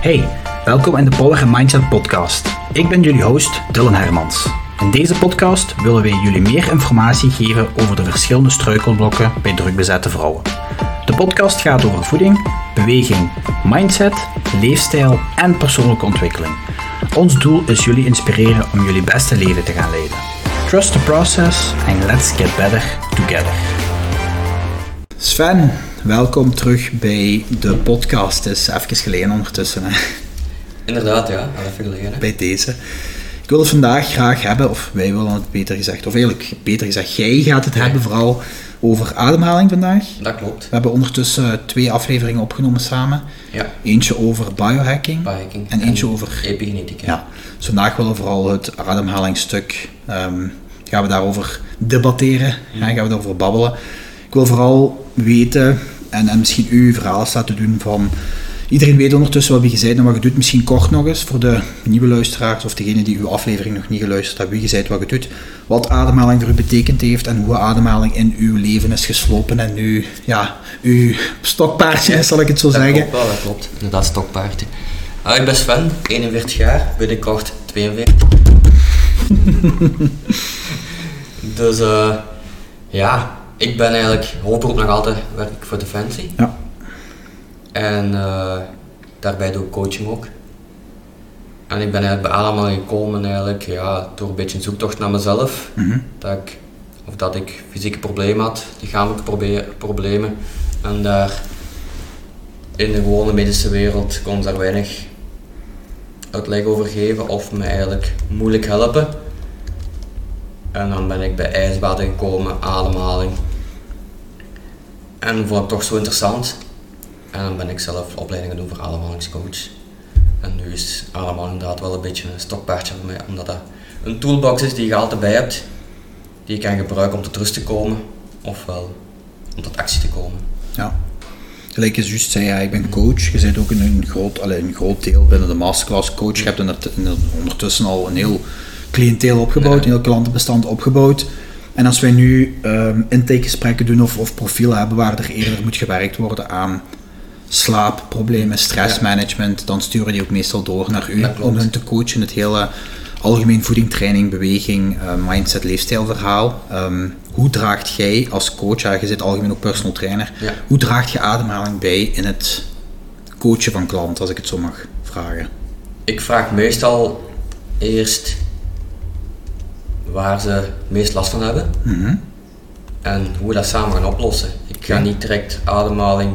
Hey, welkom in de Pollige Mindset Podcast. Ik ben jullie host Dylan Hermans. In deze podcast willen wij jullie meer informatie geven over de verschillende struikelblokken bij drukbezette vrouwen. De podcast gaat over voeding, beweging, mindset, leefstijl en persoonlijke ontwikkeling. Ons doel is jullie inspireren om jullie beste leven te gaan leiden. Trust the process and let's get better together. Sven, welkom terug bij de podcast. Het is even geleden ondertussen, hè, Inderdaad, ja. Dat vind ik gelegen. hè. bij deze. Ik wil het vandaag graag hebben, of wij willen het beter gezegd, of eigenlijk beter gezegd, jij gaat het hebben vooral over ademhaling vandaag. Dat klopt. We hebben ondertussen twee afleveringen opgenomen samen. Ja. Eentje over biohacking, Biohacking. en eentje over... Epigenetica. Ja, dus vandaag willen we vooral het ademhalingstuk, ehm, gaan we daarover debatteren, hè, gaan we daarover babbelen. Ik wil vooral weten, en, en misschien u uw verhaal staat te doen van... Iedereen weet ondertussen wat wie je bent en wat je doet. Misschien kort nog eens voor de nieuwe luisteraars of degene die uw aflevering nog niet geluisterd hebben. Wie je bent, wat je doet. Wat ademhaling voor u betekend heeft en hoe ademhaling in uw leven is geslopen. En nu, ja, uw stokpaardje is, zal ik het zo Dat zeggen. klopt wel, dat klopt. Inderdaad, stokpaard. hè. Ah, ik ben Sven, 41 jaar, binnenkort 42. dus eh, ja, ik ben eigenlijk hoofdberoep nog altijd werk ik voor Defensie. Ja. En eh, daarbij doe ik coaching ook. En ik ben eigenlijk bij allemaal gekomen eigenlijk, ja, door een beetje een zoektocht naar mezelf. Mhm. Dat ik, of dat ik fysieke problemen had, lichamelijke probe- problemen. En daar in de gewone medische wereld kon ze daar weinig uitleg over geven of me eigenlijk moeilijk helpen. En dan ben ik bij ijsbaden gekomen, ademhaling. En vond ik toch zo interessant. En dan ben ik zelf opleidingen doen voor ademhalingscoach. En nu is ademhaling inderdaad wel een beetje een stokpaardje voor mij, omdat dat een toolbox is die je altijd bij hebt, die je kan gebruiken om tot rust te komen, ofwel om tot actie te komen. Ja. Gelijk je juist zei, ja, ik ben coach. Je bent ook in een groot, allee, een groot deel binnen de masterclass coach. Je hebt inderdaad- inderdaad ondertussen al een heel cliënteel opgebouwd, een heel klantenbestand opgebouwd. En als wij nu ehm intakegesprekken doen of, of profielen hebben waar er eerder moet gewerkt worden aan slaapproblemen, stressmanagement, dan sturen die ook meestal door naar u Dat klopt. om hun te coachen. Het hele algemeen voeding, training, beweging, eh, mindset, leefstijlverhaal. Ehm, hoe draagt jij als coach, ja, je zit algemeen ook personal trainer, Ja. hoe draagt je ademhaling bij in het coachen van klanten, als ik het zo mag vragen? Ik vraag meestal eerst waar ze het meest last van hebben Mhm. en hoe we dat samen gaan oplossen. Ik ga niet direct ademhaling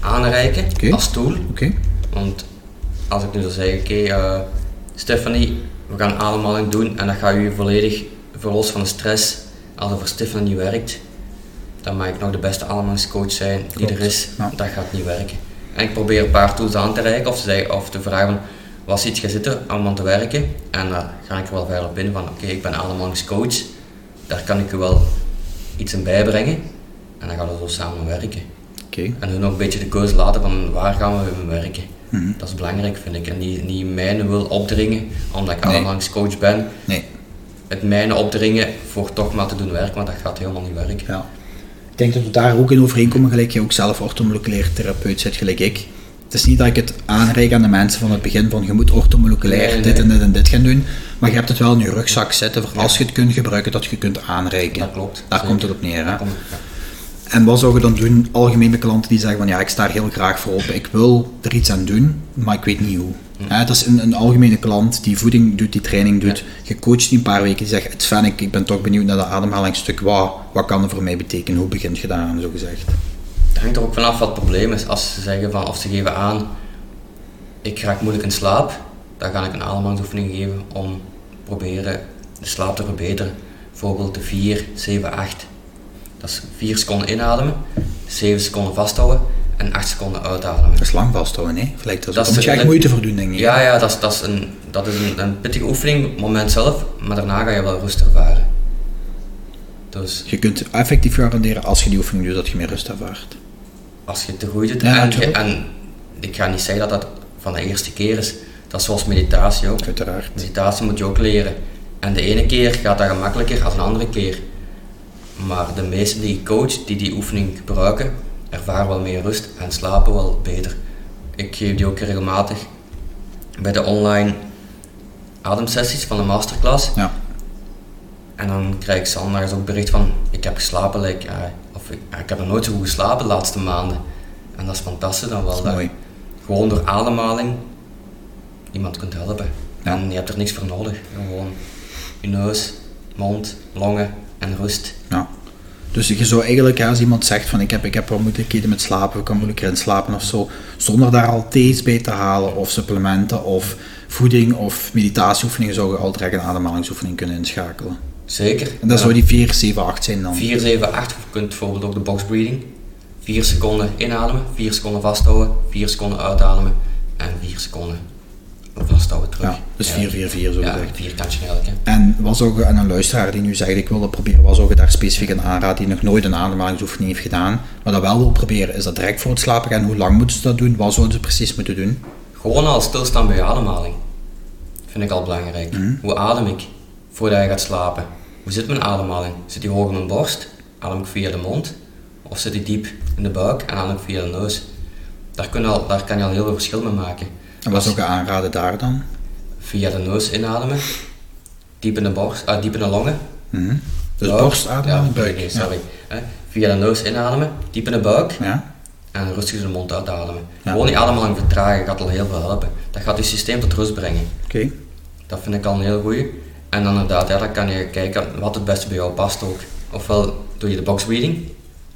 aanreiken Oké. als tool, Oké, want als ik nu zou zeggen, oké eh, Stephanie, we gaan ademhaling doen en dat ga je volledig verlossen van de stress. Als het voor Stephanie niet werkt, dan mag ik nog de beste ademhalingscoach zijn die Klopt, er is. ja. Dat gaat niet werken. En ik probeer een paar tools aan te reiken of te, zeggen, of te vragen, wat ziet je zitten om aan te werken? En dan ga ik er wel verder op in van, oké, ik ben ademhalingscoach, daar kan ik u wel iets in bijbrengen. En dan gaan we zo samen werken. oké. En hun nog een beetje de keuze laten van waar gaan we mee werken. Mhm. Dat is belangrijk, vind ik. En niet, niet mijne wil opdringen, omdat ik Nee. ademhalingscoach ben, Nee, het mijne opdringen voor toch maar te doen werken, want dat gaat helemaal niet werken. ja. Ik denk dat we daar ook in overeenkomen, gelijk je ook zelf orthomoleculair therapeut zit, gelijk ik. Het is niet dat ik het aanreik aan de mensen van het begin van je moet orthomoleculair Nee, nee. dit en dit en dit gaan doen, maar je hebt het wel in je rugzak zitten voor als je het kunt gebruiken, dat je kunt aanreiken. Dat klopt. Daar Zeker. komt het op neer. Hè? Kom, ja. En wat zou je dan doen, algemeen bij klanten die zeggen van ja, ik sta er heel graag voor open, ik wil er iets aan doen, maar ik weet niet hoe. Hmm. Hè, dat is een, een algemene klant die voeding doet, die training doet, je coacht die een paar weken, die zegt, "Het Sven, ik, ik ben toch benieuwd naar dat ademhalingsstuk, wat, wat kan dat voor mij betekenen, hoe begint je daaraan, zo gezegd. Het hangt er ook vanaf wat het probleem is. Als ze zeggen van, of ze geven aan, ik raak moeilijk in slaap, dan ga ik een ademhalingsoefening geven om proberen de slaap te verbeteren. Bijvoorbeeld de 4, 7, 8. Dat is 4 seconden inademen, 7 seconden vasthouden en 8 seconden uitademen. Dat is lang vasthouden, hè? Of lijkt dat zo? Daar Dat is moet je echt redelijk- moeite voor doen, denk ik. Ja, ja, dat is, dat is, een, dat is een, een pittige oefening, op het moment zelf, maar daarna ga je wel rust ervaren. Dus Je kunt effectief garanderen als je die oefening doet, dat je meer rust ervaart. als je het te goed doet, Ja, en, je, natuurlijk. en ik ga niet zeggen dat dat van de eerste keer is, dat is zoals meditatie ook. Uiteraard. Meditatie moet je ook leren. En de ene keer gaat dat gemakkelijker dan de andere keer. Maar de meesten die ik coach, die die oefening gebruiken, ervaar wel meer rust en slapen wel beter. Ik geef die ook regelmatig bij de online ademsessies van de masterclass. Ja. En dan krijg ik zondags ook bericht van, ik heb geslapen, like, eh, of ik, ik heb nog nooit zo goed geslapen de laatste maanden. En dat is fantastisch dan wel. Dat is dat- mooi. gewoon door ademhaling iemand kunt helpen. Ja. En je hebt er niks voor nodig. Gewoon je neus, mond, longen en rust. Ja. Dus je zou eigenlijk, ja, als iemand zegt van ik heb, ik heb wel moeilijkheden met slapen, ik kan moeilijker in slapen of zo, zonder daar al thees bij te halen of supplementen of voeding of meditatieoefeningen, zou je al direct een ademhalingsoefening kunnen inschakelen. Zeker. En dat zou die 4, 7, 8 zijn dan. 4, 7, 8. Je kunt bijvoorbeeld ook de box breathing. 4 seconden inademen, 4 seconden vasthouden, 4 seconden uitademen en 4 seconden vasthouden terug. Ja, dus 4, 4, 4 zo Ja, gezegd. vier kantje eigenlijk. Hè. En wat zou je aan een luisteraar die nu zegt ik wil dat proberen, wat zou je daar specifiek aan aanraden die nog nooit een ademhalingsoefening heeft gedaan, maar dat wel wil proberen, is dat direct voor het slapen gaan? Hoe lang moeten ze dat doen? Wat zouden ze precies moeten doen? Gewoon al stilstaan bij je ademhaling. Vind ik al belangrijk. Mhm. Hoe adem ik voordat je gaat slapen? Hoe zit mijn ademhaling? Zit die hoog in mijn borst? Adem ik via de mond? Of zit die diep in de buik en adem ik via de neus? Daar, kun je al, daar kan je al heel veel verschil mee maken. En wat zou je aanraden daar dan? Via de neus inademen, diep in de, borst, ah, diep in de longen. Mhm. Dus Buik. borstademhaling, Ja, buik. nee, ja. sorry. Hè, Via de neus inademen, diep in de buik Ja, en rustig door de mond uitademen. Ja. Gewoon die ademhaling vertragen gaat al heel veel helpen. Dat gaat je systeem tot rust brengen. oké. Dat vind ik al een heel goeie. En dan inderdaad, ja, dan kan je kijken wat het beste bij jou past ook. Ofwel doe je de box reading,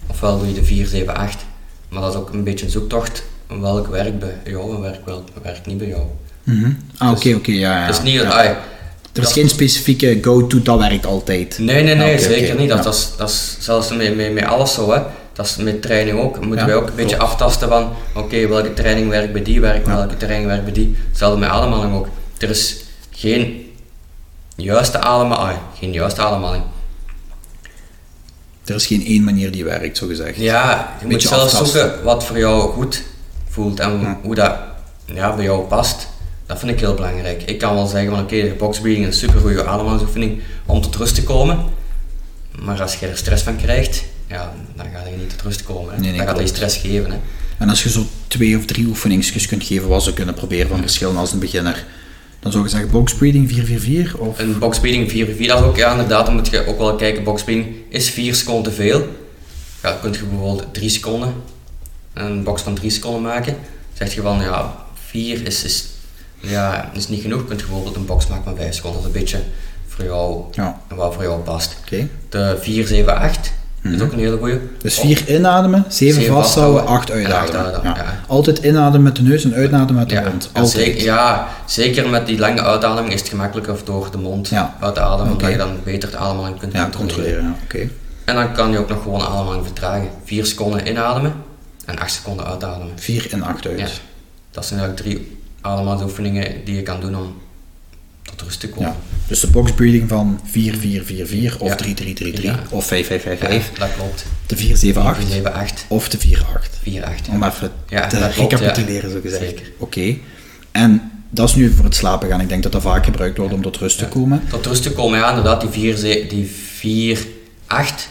ofwel doe je de 4, 7, 8. Maar dat is ook een beetje een zoektocht. Welk werkt bij jou en werkt wel- werkt niet bij jou. Mhm. Ah, oké, oké, ja, ja. Het Dus is niet, ja. ai, Er is geen specifieke go-to, dat werkt altijd. nee, nee, nee, Ja, oké, zeker oké, niet. Dat, ja. dat, is, dat is zelfs met, met, met alles zo. Hè. Dat is met training ook. Moeten Ja, wij ook een beetje klopt. aftasten van, oké, welke training werkt bij die werk, welke training werkt bij die. Hetzelfde met ademhaling ook. Er is geen juiste ademhaling. ai, geen juiste ademhaling. Er is geen één manier die werkt, zo gezegd. Ja, je moet beetje zelf aftasten. zoeken wat voor jou goed voelt en hoe dat ja, bij jou past. Dat vind ik heel belangrijk. Ik kan wel zeggen van oké, de boxbreathing is een super goede ademhalingsoefening om tot rust te komen. Maar als je er stress van krijgt, ja, dan ga je niet tot rust komen. Hè. Nee, nee, dan gaat je klopt. stress geven. Hè. En als je zo twee of drie oefeningsjes kunt geven wat ze kunnen proberen van verschillen als een beginner, dan zou je zeggen box breathing 444 of... Een boxspeeding 4 4 dat is ook, ja inderdaad, dan moet je ook wel kijken, boxspeeding is 4 seconden te veel. Ja, kun je bijvoorbeeld 3 seconden, een box van 3 seconden maken. Zeg je van, ja, 4 is, is, ja, is niet genoeg, kun je bijvoorbeeld een box maken van 5 seconden. Dat is een beetje voor jou, Ja, wat voor jou past. oké. De 4, 7, 8 is ook een hele goeie. Mhm. Dus 4 inademen, 7 Oh. Zeven vasthouden, vasthouden 8 en uitademen. acht uitademen, ja. ja. Altijd inademen met de neus en uitademen met de Oh, Ja, mond. en Altijd. zeker, ja, zeker met die lange uitademing is het gemakkelijker door de mond Ja. uit te ademen, Oké. omdat je dan beter de ademhaling kunt Ja, controleren, ja, oké. En dan kan je ook nog gewoon ademhaling vertragen. 4 seconden inademen en 8 seconden uitademen. 4 en 8 uit. Ja. Dat zijn eigenlijk drie ademhalingsoefeningen die je kan doen om tot rust te komen. Ja. Dus de box breathing van 4444 of Ja. 3333 Ja. of 5555, Ja, dat klopt. de 478 7, 8, of de 48. 4, 8. Om even Ja, te dat klopt, recapituleren, ja. zo gezegd. Oké. Zeker. En dat is nu voor het slapen gaan. Ik denk dat dat vaak gebruikt wordt om tot rust te komen. Tot rust te komen, ja, inderdaad, die 4, die 4 8,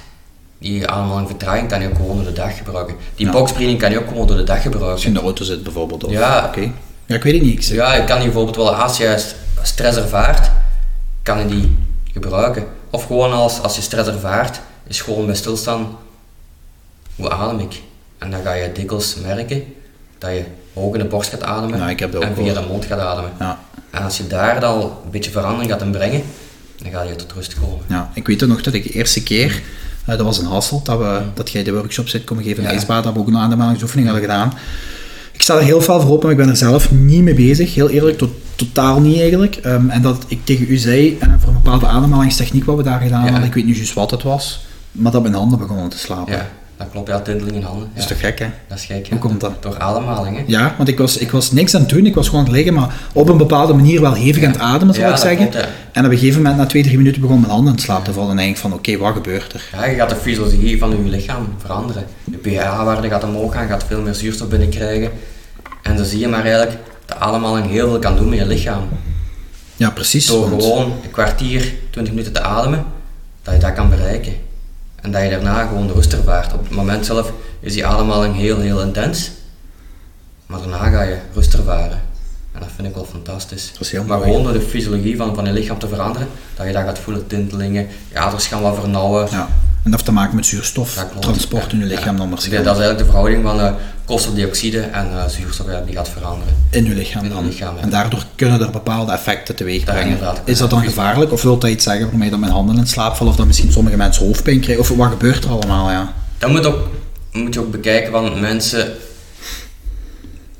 die ademhaling vertraging kan je ook gewoon door de dag gebruiken. Die Ja. boxbreathing kan je ook gewoon door de dag Als gebruiken. je in de auto zit bijvoorbeeld. Of, Ja. Oké. Ja, ik weet het niet. Ik zeg- Ja, je kan die bijvoorbeeld wel, als je st- stress ervaart, kan je die gebruiken. Of gewoon als, als je stress ervaart, is gewoon bij stilstaan, hoe adem ik? En dan ga je dikwijls merken dat je hoog in de borst gaat ademen Nou, ik heb dat ook en via gehoord. de mond gaat ademen. Ja. En als je daar dan al een beetje verandering gaat inbrengen, dan ga je tot rust komen. Ja, ik weet ook nog dat ik de eerste keer, eh, dat was een Hasselt, dat, we, dat jij de workshop zit komen geven in Mm. Ja. IJsbaden, dat we ook een ademhalingsoefening hadden gedaan. Ik sta er heel veel voor open, maar ik ben er zelf niet mee bezig. Heel eerlijk, tot, totaal niet eigenlijk. Ehm, en dat ik tegen u zei, eh, voor een bepaalde ademhalingstechniek wat we daar gedaan Ja. hadden, ik weet niet juist wat het was, maar dat mijn handen begonnen te slapen. Ja, dat klopt, ja, tinteling in handen. Dat Ja, is toch gek, hè? dat is gek. hè. Hoe komt dat? Door ademhaling, hè? Ja, want ik was, ik was niks aan het doen, ik was gewoon aan het liggen, maar op een bepaalde manier wel hevig aan het ademen, zal Ja, ik dat zeggen. klopt, ja. En op een gegeven moment, na twee, drie minuten, begon mijn handen in slaap te vallen. En denk ik van, oké, wat gebeurt er? Ja, je gaat de fysiologie van je lichaam veranderen. Je pH-waarde gaat omhoog gaan, je gaat veel meer zuurstof binnenkrijgen. En dan zie je maar eigenlijk dat ademhaling heel veel kan doen met je lichaam. Ja, precies. Door want- gewoon een kwartier, 20 minuten te ademen, dat je dat kan bereiken. En dat je daarna gewoon de rust ervaart. Op het moment zelf is die ademhaling heel, heel intens. Maar daarna ga je rust ervaren. En dat vind ik wel fantastisch. Dat is heel maar mooi. gewoon door de fysiologie van, van je lichaam te veranderen, dat je dat gaat voelen, tintelingen, je aders gaan wat vernauwen. Ja. En dat heeft te maken met zuurstof, Dat klopt. transport in je Ja. lichaam dan Dus misschien. dat is eigenlijk de verhouding van eh, koolstofdioxide en eh, zuurstof ja, die gaat veranderen. in je lichaam In je dan. lichaam, ja. En daardoor kunnen er bepaalde effecten teweeg Daar brengen. inderdaad. Is dat dan gevaarlijk? Of wil dat iets zeggen waarmee dat mijn handen in slaap vallen? Of dat misschien sommige mensen hoofdpijn krijgen? Of wat gebeurt er allemaal, ja? Dan moet, ook, moet je ook bekijken van mensen.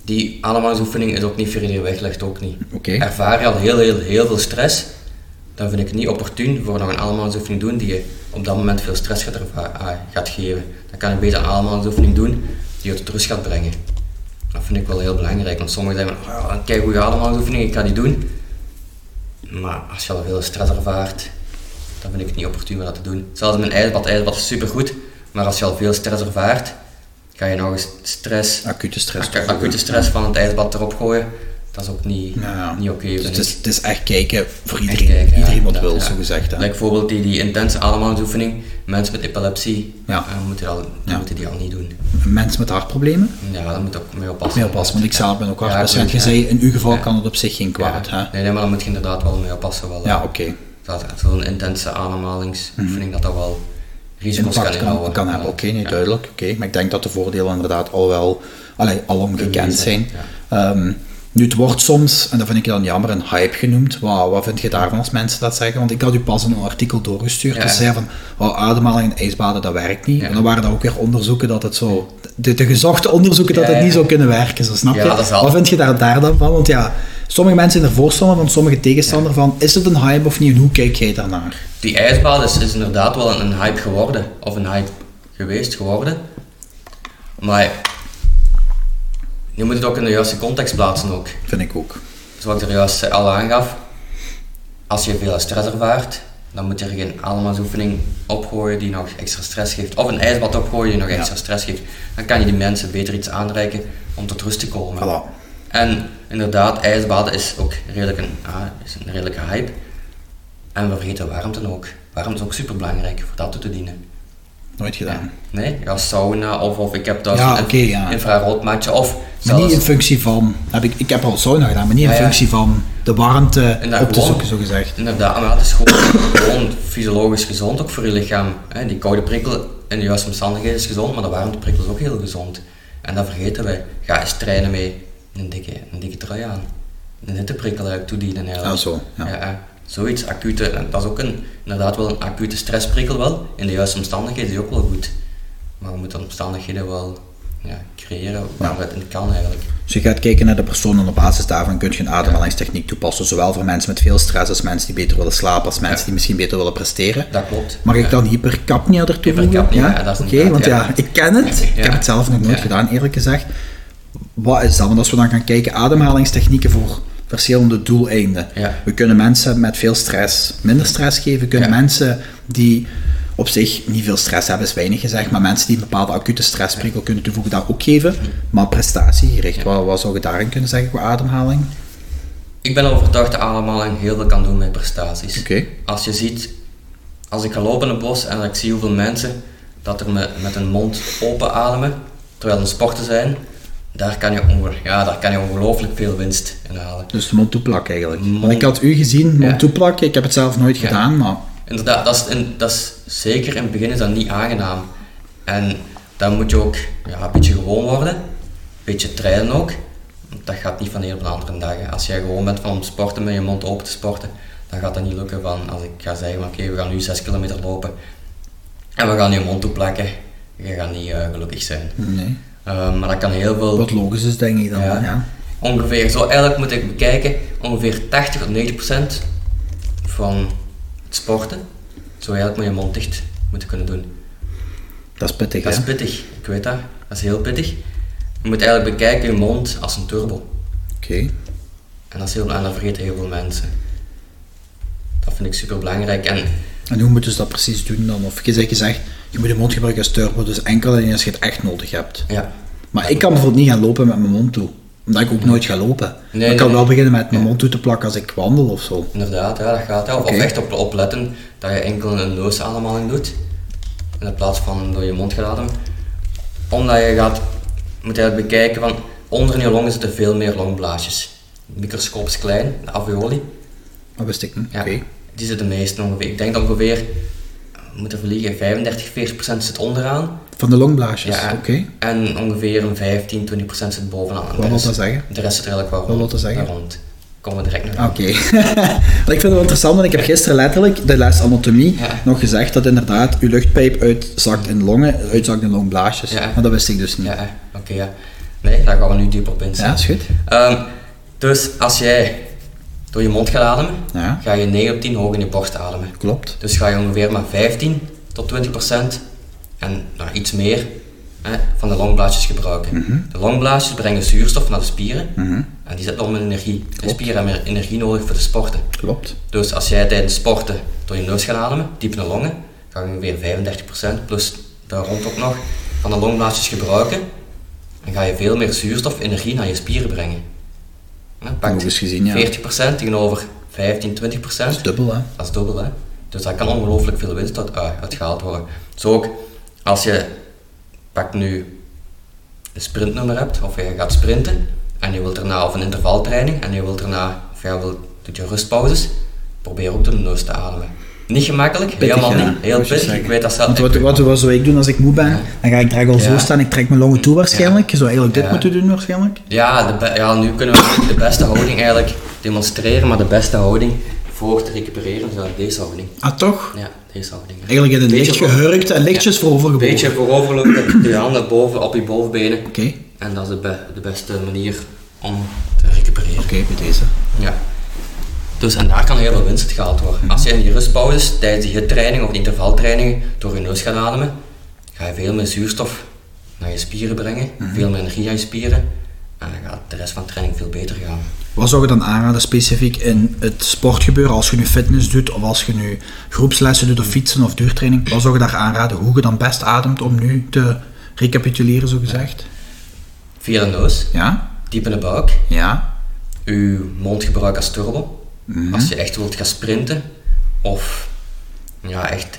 Die ademhalingsoefening is ook niet voor iedereen weggelegd, ook niet. Oké. Ervaar je al heel, heel, heel veel stress, dan vind ik het niet opportun voor nog een ademhalingsoefening doen die je op dat moment veel stress gaat, erva- ah, gaat geven. Dan kan je beter een ademhalingsoefening doen die je tot rust gaat brengen. Dat vind ik wel heel belangrijk, want sommigen zeggen van, oh, kijk goede ademhalingsoefening, ik ga die doen. Maar als je al veel stress ervaart, dan vind ik het niet opportun om dat te doen. Zelfs mijn ijsbad, ijsbad is supergoed, maar als je al veel stress ervaart, ga je nog eens stress, Acute stress. ac- acute stress van het ijsbad erop gooien. Dat is ook niet, Ja. niet oké. Dus het vind ik. is, het is echt kijken voor Echt iedereen. kijken, ja, iedereen wat inderdaad, wil, ja. zo gezegd. Like bijvoorbeeld die, die intense ademhalingsoefening, mensen met epilepsie, Ja. eh, moeten, al, Ja. moeten die al niet doen. Mensen met hartproblemen? Ja, daar moet ook mee oppassen. Mee oppassen, want ik zelf ben ook Ja, hartpatiënt. Je goed, ja. zei, in uw geval Ja. kan het op zich geen kwaad, Ja. hè? Nee, nee, maar daar moet je inderdaad wel mee oppassen. Wel, eh, Ja, oké. dat Zo'n intense ademhalingsoefening, dat dat wel risico's kan impact kan, inhouden. kan hebben. Oké, nee, Ja. duidelijk. Oké, Maar ik denk dat de voordelen inderdaad al wel allee, alom gekend Bewezen, zijn. Ehm, nu, het wordt soms, en dat vind ik dan jammer, een hype genoemd. Wat, wat vind je daarvan als mensen dat zeggen? Want ik had u pas een artikel doorgestuurd. Ja. Dat zei van, oh, ademhaling en ijsbaden, dat werkt niet. Ja. En dan waren er ook weer onderzoeken dat het zo... De, de gezochte onderzoeken dat Ja, het niet ja. zou kunnen werken, zo snap Ja, je? dat is al- Wat vind je daar, daar dan van? Want ja, sommige mensen zijn er voorstander van, sommige tegenstander van. Is het een hype of niet? En hoe kijk jij daarnaar? Die ijsbaan is, is inderdaad wel een, een hype geworden, of een hype geweest geworden. Maar je moet het ook in de juiste context plaatsen ook. Vind ik ook. Zoals ik er juist eh, al aangaf, als je veel stress ervaart, dan moet je er geen ademhalingsoefening opgooien die nog extra stress geeft. Of een ijsbad opgooien die nog Ja. extra stress geeft. Dan kan je die mensen beter iets aanreiken om tot rust te komen. Voilà. En inderdaad, ijsbaden is ook redelijk een, ah, is een redelijke hype. En we vergeten warmte ook. Warmte is ook super belangrijk voor dat toe te dienen. Nooit gedaan. Nee, ja, sauna of, of ik heb dat Ja, een oké, ja. infraroodmatje of Maar niet zelfs in functie van, heb ik, ik heb al sauna gedaan, maar niet in Ja, ja. functie van de warmte En daar op te gewoon- zoeken, zo gezegd. Inderdaad, maar het is gewoon, gewoon fysiologisch gezond, ook voor je lichaam. hè. Die koude prikkel in de juiste omstandigheden is gezond, maar de warmteprikkel is ook heel gezond. En dat vergeten wij. Ga eens trainen met een dikke, een dikke trui aan. Een hitteprikkel eigenlijk toedienen eigenlijk. Ah, zo, ja. Zoiets acute, en dat is ook een, inderdaad wel een acute stressprikkel wel. In de juiste omstandigheden is die ook wel goed. Maar we moeten omstandigheden wel ja, creëren waar het in kan eigenlijk. Dus je gaat kijken naar de persoon en op basis daarvan kun je een ademhalingstechniek toepassen. Zowel voor mensen met veel stress als mensen die beter willen slapen, als mensen die misschien beter willen presteren. Dat klopt. Mag ik dan hypercapnia ertoe voegen? Hypercapnia, ja, dat is Oké, inderdaad, want ja. ja, ik ken het. Ik Ja. heb het zelf nog nooit Ja. gedaan, eerlijk gezegd. Wat is dat? Want als we dan gaan kijken, ademhalingstechnieken voor verschillende doeleinden. Ja. We kunnen mensen met veel stress minder stress geven. We kunnen Ja. mensen die op zich niet veel stress hebben, is weinig gezegd. Maar mensen die een bepaalde acute stressprikkel kunnen toevoegen, dat ook geven. Maar prestatiegericht, wat, wat zou je daarin kunnen zeggen qua ademhaling? Ik ben overtuigd dat ademhaling heel veel kan doen met prestaties. Oké. Als je ziet, als ik ga lopen in het bos en ik zie hoeveel mensen dat er met, met hun mond open ademen, terwijl ze sporten zijn, daar kan je, onge- ja, daar kan je ongelooflijk veel winst in halen. Dus de mond toeplak eigenlijk. Want Mond- ik had u gezien, mond Ja. toeplakken. Ik heb het zelf nooit Ja. gedaan, maar... Inderdaad, dat is, in- dat is zeker in het begin is dat niet aangenaam. En dan moet je ook ja, een beetje gewoon worden, een beetje trainen ook. Want Dat gaat niet van de een op de andere dag. hè. Als jij gewoon bent van om te sporten met je mond open te sporten, dan gaat dat niet lukken van als ik ga zeggen van oké, we gaan nu 6 kilometer lopen en we gaan je mond toeplakken. Je gaat niet eh, gelukkig zijn. Nee. Eh, maar dat kan heel veel Wat logisch is, denk ik dan. Ja. Ja. Ja. ongeveer, zo eigenlijk moet ik bekijken, ongeveer 80 tot 90 procent van het sporten zou je eigenlijk met je mond dicht moeten kunnen doen. Dat is pittig, Dat hè? is pittig, ik weet dat. Dat is heel pittig. Je moet eigenlijk bekijken je mond als een turbo. Oké. En dat, is heel, en dat vergeten heel veel mensen. Dat vind ik super belangrijk. En En hoe moeten ze dat precies doen dan? Of je zegt, je zegt, je moet je mond gebruiken als turbo, dus enkel alleen als je het echt nodig hebt. ja, Maar ik kan bijvoorbeeld niet gaan lopen met mijn mond toe, omdat ik ook nooit ga lopen. Maar nee, ik kan nee. wel beginnen met mijn mond toe te plakken als ik wandel of zo. inderdaad, ja, dat gaat. ja. Of, of Oké. echt op, opletten dat je enkel een neusademhaling doet. in de plaats van door je mond gelaten. Omdat je gaat, moet je het bekijken van onder in je longen zitten veel meer longblaasjes. Microscopisch klein, de alveoli. Dat wist ik niet. Ja, Oké. Die zitten de meeste ongeveer. Ik denk dat ongeveer, we moeten verliegen, 35, 40 procent zit onderaan. Van de longblaasjes. Ja. Oké. En ongeveer een 15, 20 procent zit bovenaan. En de Wat wil rest- dat zeggen? De rest zit er eigenlijk wel Wat wil dat zeggen? Ah, daar rond. Komen we direct naar. Oké. Want ik vind het wel interessant, want ik heb gisteren letterlijk de les anatomie Ja. nog gezegd dat inderdaad uw luchtpijp uitzakt in longen, uitzakt in longblaasjes. Ja. Maar dat wist ik dus niet. Ja, ja. oké, ja. Nee, daar gaan we nu dieper op inzetten. Ja, is goed. Ehm, dus als jij door je mond gaat ademen, Ja. ga je 9 op 10 hoog in je borst ademen. Klopt. Dus ga je ongeveer maar 15 tot 20 procent en nog iets meer hè, van de longblaasjes gebruiken. Mhm. De longblaasjes brengen zuurstof naar de spieren en die zetten om in energie. De spieren hebben meer energie nodig voor te sporten. Klopt. Dus als jij tijdens sporten door je neus gaat ademen, diep in de longen, ga je ongeveer 35% plus daar rondop nog van de longblaasjes gebruiken. En ga je veel meer zuurstof, energie naar je spieren brengen. Ja, pakt Logisch gezien, ja. 40% tegenover 15, 20%. Dat is dubbel, hè? Dat is dubbel, hè. Dus daar kan ongelooflijk veel winst uit, uit- uitgehaald worden. Zo ook, als je pak nu een sprintnummer hebt, of je gaat sprinten, en je wilt daarna, of een intervaltraining, en je wilt daarna, of jij wilt, doet je rustpauzes, probeer ook door de neus te ademen. Niet gemakkelijk, helemaal Pittig, niet, hè, heel moet je pittig, ik zeggen. weet dat zelf. Want wat, wat, wat zou ik doen als ik moe ben? Dan ga ik direct al zo Ja. staan, ik trek mijn longen toe waarschijnlijk. Je zou eigenlijk dit Ja. moeten doen waarschijnlijk. Ja, de be- ja, nu kunnen we de beste houding eigenlijk demonstreren, maar de beste houding voor te recupereren is eigenlijk deze houding. Ah, toch? Ja, deze houding. hè. Eigenlijk in een Beetje licht gehurkt en lichtjes Een voorovergebogen. beetje vooroverlopen, je handen boven, op je bovenbenen. Oké. En dat is de, be- de beste manier om te recupereren. Oké, bij deze. Ja. Dus en daar kan heel veel winst uit gehaald worden. Als je in die rustpauzes, tijdens die hittraining of die intervaltrainingen, door je neus gaat ademen, ga je veel meer zuurstof naar je spieren brengen, veel meer energie aan je spieren. En dan gaat de rest van de training veel beter gaan. Wat zou je dan aanraden specifiek in het sportgebeuren, als je nu fitness doet, of als je nu groepslessen doet, of fietsen of duurtraining, wat zou je daar aanraden, hoe je dan best ademt om nu te recapituleren, zo gezegd? Via de neus, Ja? diep in de buik, Ja? uw mond gebruiken als turbo. Mhm. Als je echt wilt gaan sprinten, of ja, echt,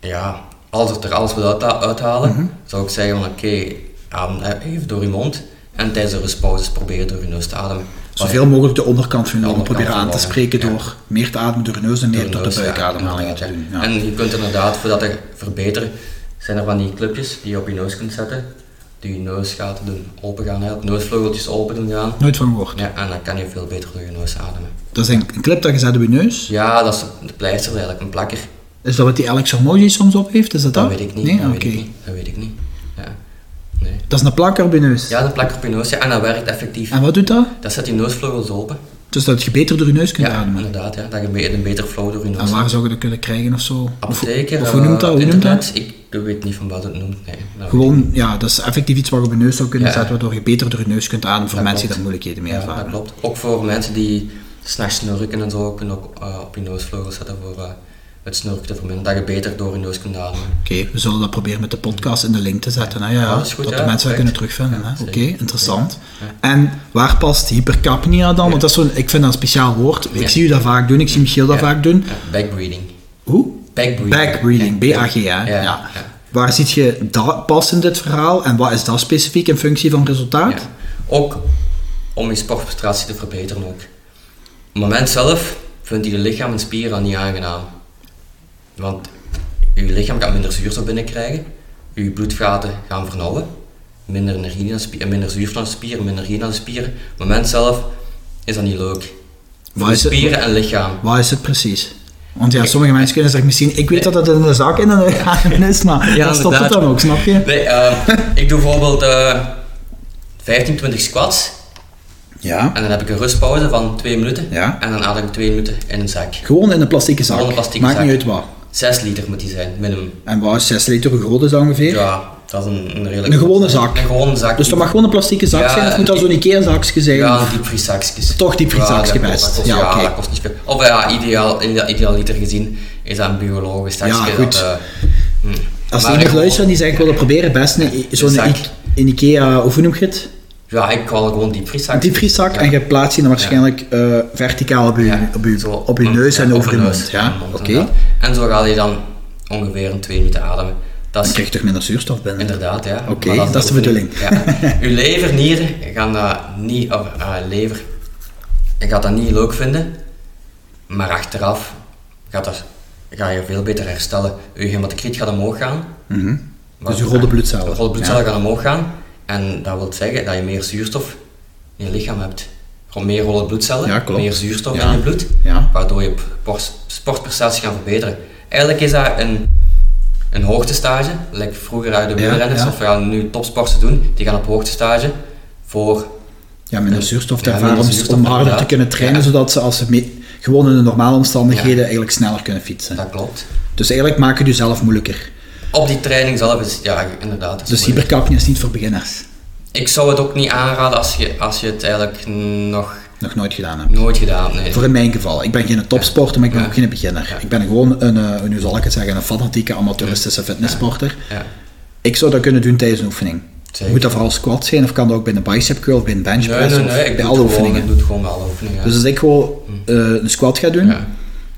ja, als het er alles wil uitha- uithalen, Mhm. zou ik zeggen: van oké, adem even door je mond en tijdens de rustpauzes probeer door je neus te ademen. Zoveel mogelijk de onderkant van je longen onderkant proberen van aan te longen, spreken ja. door meer te ademen door je neus en meer door de neus, ja, buikademhalingen te inderdaad, doen. ja. Ja. En je kunt inderdaad, voordat je verbetert, zijn er van die clubjes die je op je neus kunt zetten, die je neusgaten doen open gaan, helpen, neusvleugeltjes open doen gaan. Nooit van gehoord. Ja, en dan kan je veel beter door je neus ademen. Dat is een, een clip dat je zet op je neus. Ja, dat is de pleister eigenlijk, een plakker. Is dat wat die Alex Hormozy soms op heeft? Is dat dat? Dat weet ik niet. Nee? dat, Oké. weet ik niet. dat weet ik niet. Ja. Nee. Dat is een plakker op je neus. ja, de plak op je neus, ja, en dat werkt effectief. En wat doet dat? Dat zet je neusvleugels open. Dus dat je beter door je neus kunt Ja, ademen. inderdaad. Ja. Dat je be- een beter flow door je En neus waar zou je dat kunnen krijgen of zo? Of, Apotheker, of hoe eh, noemt dat? op Hoe noemt dat? internet, Ik weet niet van wat het noemt. Nee, dat weet ik Gewoon, ja, dat is effectief iets wat je op je neus zou kunnen Ja. zetten, waardoor je beter door je neus kunt ademen voor Dat mensen die klopt. daar moeilijkheden mee Ja, ervaren. dat klopt. Ook voor mensen die s'nachts snurken en zo, kunnen ook eh, op je neusvleugels zetten voor eh, het snurken te verminderen. Dat je beter door je neus kunt ademen. Oké, we zullen dat proberen met de podcast in de link te zetten. Hè? Ja, dat is goed, dat ja, de mensen dat perfect. kunnen terugvinden. hè? Ja, Oké, zeker. interessant. En waar past hypercapnia dan? Want dat is zo'n, ik vind dat een speciaal woord. Ik Ja. zie u dat vaak doen, ik zie Michiel dat Ja. vaak doen. Ja, backbreathing. Hoe? Backbreathing. Backbreathing, Ja, B-A-G, hè? Ja. ja, ja. Waar ziet je dat pas in dit verhaal en wat is dat specifiek in functie van resultaat? Ja. Ook om je sportprestatie te verbeteren ook. Op het moment zelf vindt je lichaam en spieren dat niet aangenaam. Want je lichaam gaat minder zuurstof binnenkrijgen, je bloedvaten gaan vernauwen, minder, energie naar de spier, eh, minder zuurstof naar de spieren, minder energie naar de spieren. Op het moment zelf is dat niet leuk. Voor Waar je is het- spieren en lichaam. Wat is het precies? Want ja, sommige mensen kunnen zeggen misschien, ik weet dat dat in de zak in de adem is, maar Ja, dat stopt het inderdaad. dan ook, snap je? Nee, eh, ik doe bijvoorbeeld eh 15, 20 squats Ja. en dan heb ik een rustpauze van 2 minuten Ja. en dan adem ik 2 minuten in een zak. Gewoon in een plastieke zak. Gewoon een plastieke Maakt zak. niet uit wat. 6 liter moet die zijn, minimum. En wat is 6 liter hoe groot is dat ongeveer? Ja, dat is een, een redelijk... Een gewone zak. Een gewone zak. Dus dat mag gewoon een plastieke zak Ja, zijn, of moet dat een- zo'n Ikea-zakje zijn? Ja, een diepvrieszakjes. Toch diepvrieszakje dat- best. dat kost- Ja, oké. dat kost niet veel. Of ja, ideaal, idea- idealiter gezien is dat een biologisch zakje. Ja, goed. Dat, eh, hm. Als Maar er iemand gewoon- luistert en die zegt, ik wil dat proberen, best een, i- zo'n zak. ik- een Ikea, of hoe noem je het? Ja, ik haal gewoon diepvrieszakjes. Een diepvrieszak, Ja. en je plaatst die dan waarschijnlijk eh, verticaal op je, Ja, op je, zo, op je mm, neus ja, en op over je neus mond. en Ja, mond, oké. inderdaad. En zo ga je dan ongeveer een twee minuten ademen. Dat Dan is krijg je toch minder zuurstof binnen? Inderdaad, ja. Oké, Maar dat is de ook bedoeling. niet- Ja. Uw lever, nieren gaan dat niet, of eh, lever, je gaat dat niet leuk vinden, maar achteraf gaat er, ga je veel beter herstellen. Uw hematocriet gaat omhoog gaan. Mhm. maar- Dus uw rode bloedcellen. Uw rode bloedcellen Ja. gaan omhoog gaan en dat wil zeggen dat je meer zuurstof in je lichaam hebt. Gewoon meer rode bloedcellen, Ja, klopt. meer zuurstof Ja. in je bloed, Ja. waardoor je pors- sportprestaties gaan verbeteren. Eigenlijk is dat een, een hoogtestage, like vroeger uit de Ja, wielrenners, ja. of ja, nu topsporters doen, die gaan op hoogtestage voor Ja, minder zuurstof te Ja, ervaren minder om- zuurstof, om harder te inderdaad. kunnen trainen, Ja. zodat ze als ze mee- gewoon in de normale omstandigheden eigenlijk sneller kunnen fietsen. Dat klopt. Dus eigenlijk maak je het jezelf moeilijker. Op die training zelf is, ja, inderdaad. is Dus moeilijk. hypercapnia is niet voor beginners. Ik zou het ook niet aanraden als je, als je het eigenlijk nog Nog nooit gedaan hebben. nooit gedaan hebt. Voor in mijn geval. Ik ben geen topsporter, maar ik ben Ja. ook geen beginner. Ja. Ik ben gewoon een, eh, hoe zal ik het zeggen, een fanatieke amateuristische fitnesssporter. Ja. Ik zou dat kunnen doen tijdens een oefening. Zeker. Moet dat vooral squat zijn of kan dat ook bij een bicep curl, bij een bench Nee, press nee, of nee, ik bij doe, alle het gewoon, oefeningen? ik doe het gewoon bij alle oefeningen. ja. Mm. Dus als ik gewoon eh, een squat ga doen, Ja.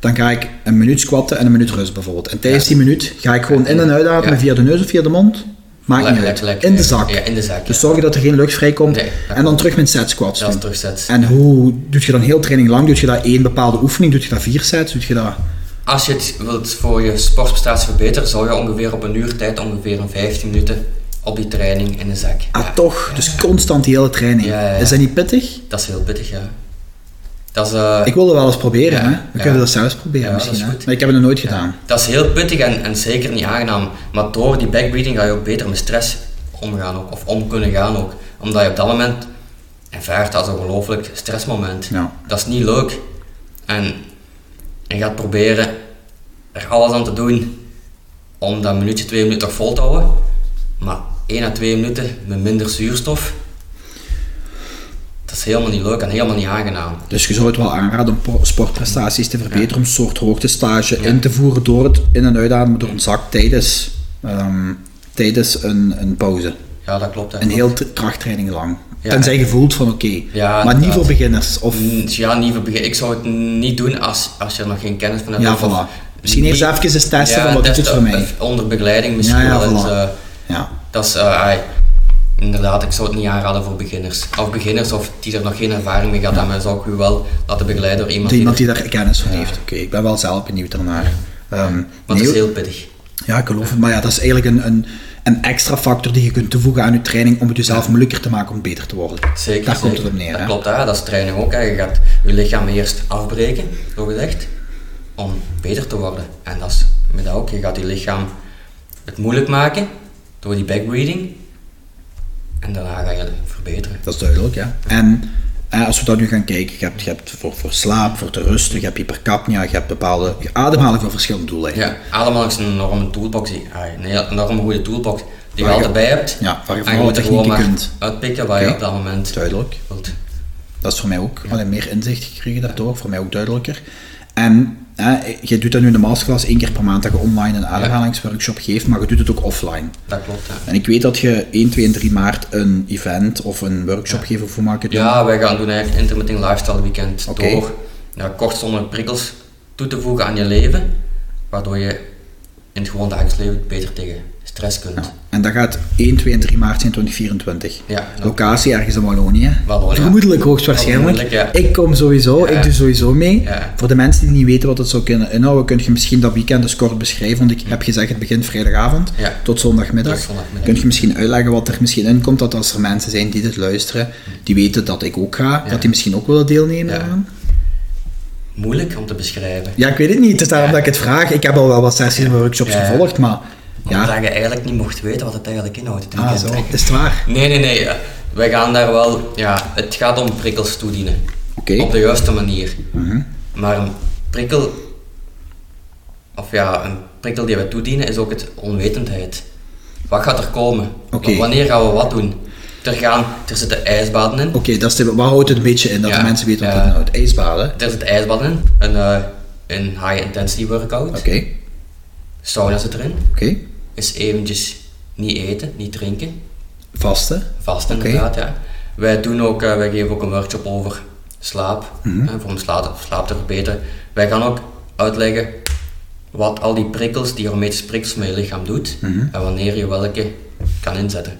dan ga ik een minuut squatten en een minuut rust bijvoorbeeld. En tijdens die minuut ga ik gewoon in en uit ademen Ja. via de neus of via de mond. Maakt Lek- niet lek- uit. lek- in de ja. zak. Ja, in de zak. Dus ja. zorgen dat er geen lucht vrijkomt. Nee, dat en dan terug met set squats Dat is doen. terugzet. En hoe doet je dan heel training lang? Doet je dat één bepaalde oefening? Doet je dat vier sets? Doet je dat... Als je het wilt voor je sportprestatie verbeteren, zou je ongeveer op een uur tijd, ongeveer een 15 minuten, op die training in de zak. Ah, Ja. toch. Dus constant die hele training. Ja, ja, ja. Is dat niet pittig? Dat is heel pittig, ja. Dat is, eh, Ik wil dat wel eens proberen, Ja, hè. We ja. kunnen dat zelfs proberen Ja, dat is misschien, hè. goed. Maar ik heb het nog nooit gedaan. dat is heel pittig en, en zeker niet aangenaam. Maar door die backbreathing ga je ook beter met stress omgaan ook, of om kunnen gaan ook. Omdat je op dat moment ervaart als een ongelooflijk stressmoment. Ja. Dat is niet leuk. En je gaat proberen er alles aan te doen om dat minuutje, twee minuten toch vol te houden. Maar één à twee minuten met minder zuurstof, dat is helemaal niet leuk en helemaal niet aangenaam. Dus je zou het wel aanraden om po- sportprestaties te verbeteren, om een soort hoogtestage in te voeren door het in- en uitademen door een zak tijdens, ehm, tijdens een, een pauze. Ja, dat klopt. hè. Een heel tra- krachttraining lang. Ja. Tenzij je voelt van oké, Ja, maar niet inderdaad. voor beginners. Of, Mm, Ja, niet voor begin. Ik zou het niet doen als, als je er nog geen kennis van hebt. ja, Of- voilà. Misschien eerst niet- even eens testen Ja, van wat doet het testen, voor mij. eh, Onder begeleiding misschien Ja, ja, wel. eens, voilà. eh, Ja. dat is, eh, ai, inderdaad, ik zou het niet aanraden voor beginners. Of beginners of die er nog geen ervaring mee gaat, dan zou ik u wel laten begeleiden door iemand. Iemand, iemand die die daar kennis van heeft. Oké, ik ben wel zelf benieuwd daarnaar. Ehm, Want nee, dat is heel pittig. Ja, ik geloof het. Maar ja, dat is eigenlijk een, een, een extra factor die je kunt toevoegen aan je training om het jezelf moeilijker te maken om beter te worden. Zeker, Daar komt zeker. het op neer. Dat hè? klopt, hè. dat is training ook. Hè. Je gaat je lichaam eerst afbreken, zo gezegd, om beter te worden. En dat is met dat ook. Je gaat je lichaam het moeilijk maken door die backbreathing. En daarna ga je het verbeteren. Dat is duidelijk, ja. En eh, als we dan nu gaan kijken, je hebt, je hebt voor, voor slaap, voor te rusten, je hebt hypercapnia, je hebt bepaalde je ademhaling voor verschillende doeleinden. Ja, ademhaling is een enorme toolbox. Die, ah, een heel- een enorme goede toolbox die je Waar je- altijd bij hebt. Ja, waar je en je vooral moet er gewoon technieken maar kunt. uitpikken waar je Oké. op dat moment Duidelijk. wilt. Dat is voor mij ook. Alleen meer inzicht gekregen daardoor, voor mij ook duidelijker. En eh, je doet dat nu in de masterclass één keer per maand dat je online een ademhalingsworkshop geeft, maar je doet het ook offline. Dat klopt, ja. En ik weet dat je 1, 2 en 3 maart een event of een workshop geeft of hoe maak je het Ja, wij gaan doen eigenlijk intermittent lifestyle weekend Oké. door ja, kort zonder prikkels toe te voegen aan je leven, waardoor je in het gewoon dagelijks leven beter tegen stress kunt. Ja. En dat gaat 1, 2 en 3 maart zijn 2024. Ja, dat- Locatie ergens in Wallonië. Wallonië. Vermoedelijk hoogstwaarschijnlijk. Vermoedelijk, ja. Ik kom sowieso, Ja. ik doe sowieso mee. Ja. Voor de mensen die niet weten wat het zou kunnen inhouden, kun je misschien dat weekend eens kort beschrijven. Want ik heb gezegd, het begint vrijdagavond Ja. tot zondagmiddag. Tot zondagmiddag. Kun je misschien uitleggen wat er misschien in komt? Dat als er mensen zijn die dit luisteren, die weten dat ik ook ga, dat die misschien ook willen deelnemen Ja. daaraan. Moeilijk om te beschrijven. Ja, ik weet het niet. Het is daarom dat ik het vraag. Ik heb al wel wat sessies en workshops Ja. gevolgd, maar ja, Omdat je eigenlijk niet mocht weten wat het eigenlijk inhoudt. het ah, weekend. zo. is het waar. Nee, nee, nee. ja. Wij gaan daar wel, ja, het gaat om prikkels toedienen. Oké. Op de juiste manier. Mhm. Maar een prikkel, of ja, een prikkel die we toedienen is ook het onwetendheid. Wat gaat er komen? Oké. W- Wanneer gaan we wat doen? Er, gaan, er zitten ijsbaden in. Oké, dat is de- waar houdt het een beetje in dat Ja, de mensen weten wat ja. het nou inhoudt? Ijsbaden. Oké. Er zitten ijsbaden in. Een, eh, een high intensity workout. Oké. Sauna zit erin. Is eventjes niet eten, niet drinken. Vasten. Vast inderdaad, ja. Wij, doen ook, eh, wij geven ook een workshop over Mhm. slaap, hè, voor om slaap, slaap te verbeteren. Wij gaan ook uitleggen wat al die prikkels, die hormetische prikkels met je lichaam doet Mhm. en wanneer je welke kan inzetten.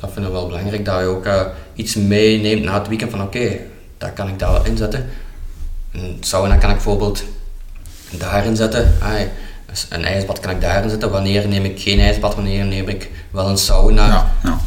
Dat vind ik wel belangrijk, dat je ook eh, iets meeneemt na het weekend van oké, daar kan ik daar wel inzetten. Een sauna kan ik bijvoorbeeld daarin zetten, ah, een ijsbad kan ik daarin zetten, wanneer neem ik geen ijsbad, wanneer neem ik wel een sauna, Ja, ja.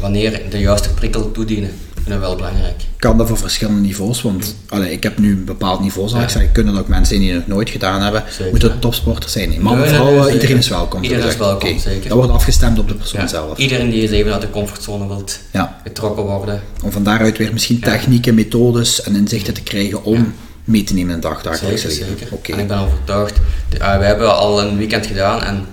wanneer de juiste prikkel toedienen. Dat vind ik wel belangrijk. Kan dat voor verschillende niveaus? Want allee, ik heb nu een bepaald niveau, zal ik Ja. zeggen. Kunnen er ook mensen die het nooit gedaan hebben, Zeker. moeten het topsporters zijn? Nee, mannen, Nee, nee, vrouwen, nee, zeker. iedereen is welkom. Iedereen is Oké, welkom, zeker. Dat wordt afgestemd op de persoon Ja, zelf. Iedereen die eens even uit de comfortzone wilt Ja. getrokken worden. Om van daaruit weer misschien technieken, methodes en inzichten te krijgen om mee te nemen in het dagdagelijkse Zeker, leven. zeker. Oké. En ik ben overtuigd. De, eh, we hebben al een weekend gedaan en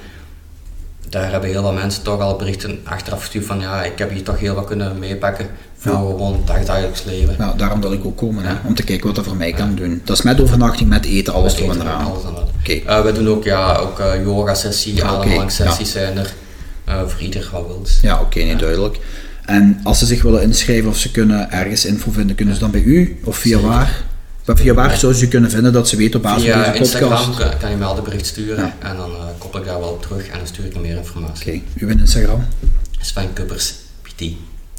daar hebben heel wat mensen toch al berichten achteraf gestuurd van ja, ik heb hier toch heel wat kunnen meepakken voor Ja. gewoon het dagdagelijks leven. Nou, daarom wil ik ook komen, hè, om te kijken wat dat voor mij kan doen. Dat is met overnachting, met eten, alles Eten door en en eraan. alles en wat. Oké. Eh, we doen ook, ja, ook eh, yoga-sessie, Ja, oké, ademhalingssessies zijn er. eh, voor ieder wat wils. Ja, oké, nee, duidelijk. En als ze zich willen inschrijven of ze kunnen ergens info vinden, kunnen ze dan bij u of via Zeker. waar? Wa- Via waar zou ze kunnen vinden dat ze weten op basis Via van deze podcast? Instagram Oké, kan, kan je mij altijd bericht sturen Ja. en dan eh, koppel ik daar wel op terug en dan stuur ik je meer informatie. u bent Instagram? Sven Kuppers, PT.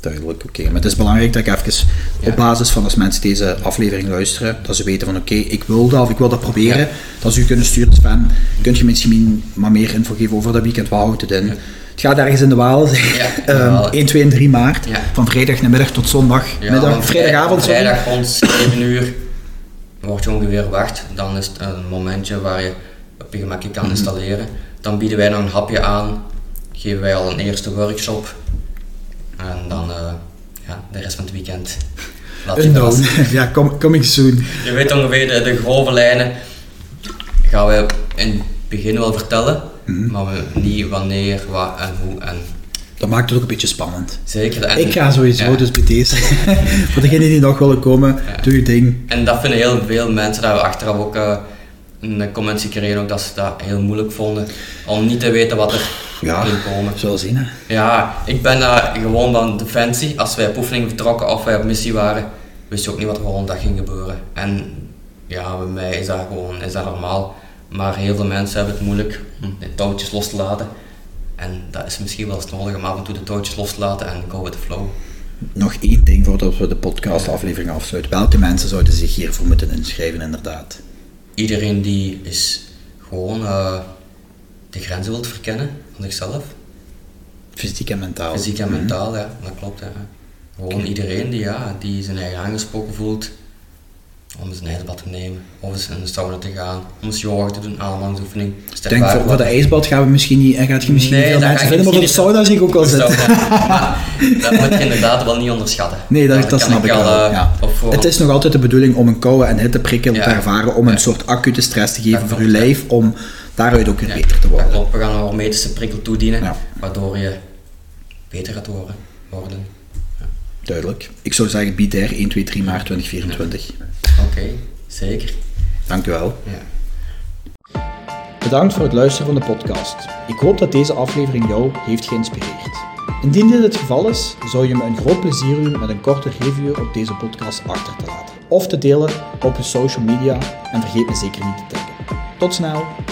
Duidelijk, oké. Maar het is belangrijk dat ik even Ja. op basis van als mensen deze aflevering luisteren, dat ze weten van oké, ik wil dat of ik wil dat proberen. Ja. Dat ze u kunnen sturen, Sven, kunt je misschien maar meer info geven over dat weekend, wat houdt het in? Het gaat ergens in de Waal, in de Ehm, Waal. 1, 2 en 3 maart, Ja. van vrijdagmiddag tot Ja, zondagmiddag, want eh, vrijdagavond. sorry. Vrijdag rond 7 uur word je ongeveer wacht. Dan is het een momentje waar je op je gemak je kan Mhm. installeren. Dan bieden wij nog een hapje aan. Geven wij al een eerste workshop. En dan eh, ja, de rest van het weekend. laat je Unknown. verrassen. ja, com- coming soon. Je weet ongeveer de, de grove lijnen. Gaan we in het begin wel vertellen. Mhm. Maar we niet wanneer, wat en hoe. En Dat maakt het ook een beetje spannend. zeker de Ik ga sowieso, Ja. dus bij deze. Voor degenen die nog willen komen, doe je ding. En dat vinden heel veel mensen, dat we achteraf ook eh, een commentie kregen, ook dat ze dat heel moeilijk vonden, om niet te weten wat er Ja, ging komen. zullen zien hè. Ja, ik ben daar gewoon van defensie. Als wij op oefening vertrokken of wij op missie waren, wist je ook niet wat er volgende dag ging gebeuren. En ja, bij mij is dat gewoon is dat normaal. Maar heel veel mensen hebben het moeilijk om de touwtjes los te laten. En dat is misschien wel eens nodig om af en toe de touwtjes los te laten en go with the flow. Nog één ding voordat we de podcastaflevering afsluiten. Welke mensen zouden zich hiervoor moeten inschrijven, inderdaad? iedereen die is gewoon eh, de grenzen wilt verkennen van zichzelf. Fysiek en mentaal. Fysiek en mentaal, ja, dat klopt. Ja. Gewoon iedereen die, ja, die zijn eigen aangesproken voelt om eens een ijsbad te nemen, of eens in de sauna te gaan, om eens yoga te doen, ademhalingsoefening. Ik denk, voor, voor de ijsbad gaan we misschien niet, en gaat je misschien niet veel mensen vinden, maar voor de sauna zie ik ook wel zitten. Dat moet je inderdaad wel niet onderschatten. Nee, dat, dat kan snap ik wel. eh, ja. op voorhand- Het is nog altijd de bedoeling om een koude en hitteprikkel Ja. te ervaren, om een Ja. soort acute stress te geven Dat voor uw klopt, ja. lijf, om daaruit ook weer Ja, beter te dat worden. klopt, we gaan een hormetische prikkel toedienen, Ja. waardoor je beter gaat worden. worden. Duidelijk. Ik zou zeggen, bied daar 1, 2, 3 maart 2024. Oké, zeker. Dank u wel. Ja. Bedankt voor het luisteren van de podcast. Ik hoop dat deze aflevering jou heeft geïnspireerd. Indien dit het geval is, zou je me een groot plezier doen met een korte review op deze podcast achter te laten. Of te delen op je social media en vergeet me zeker niet te taggen. Tot snel!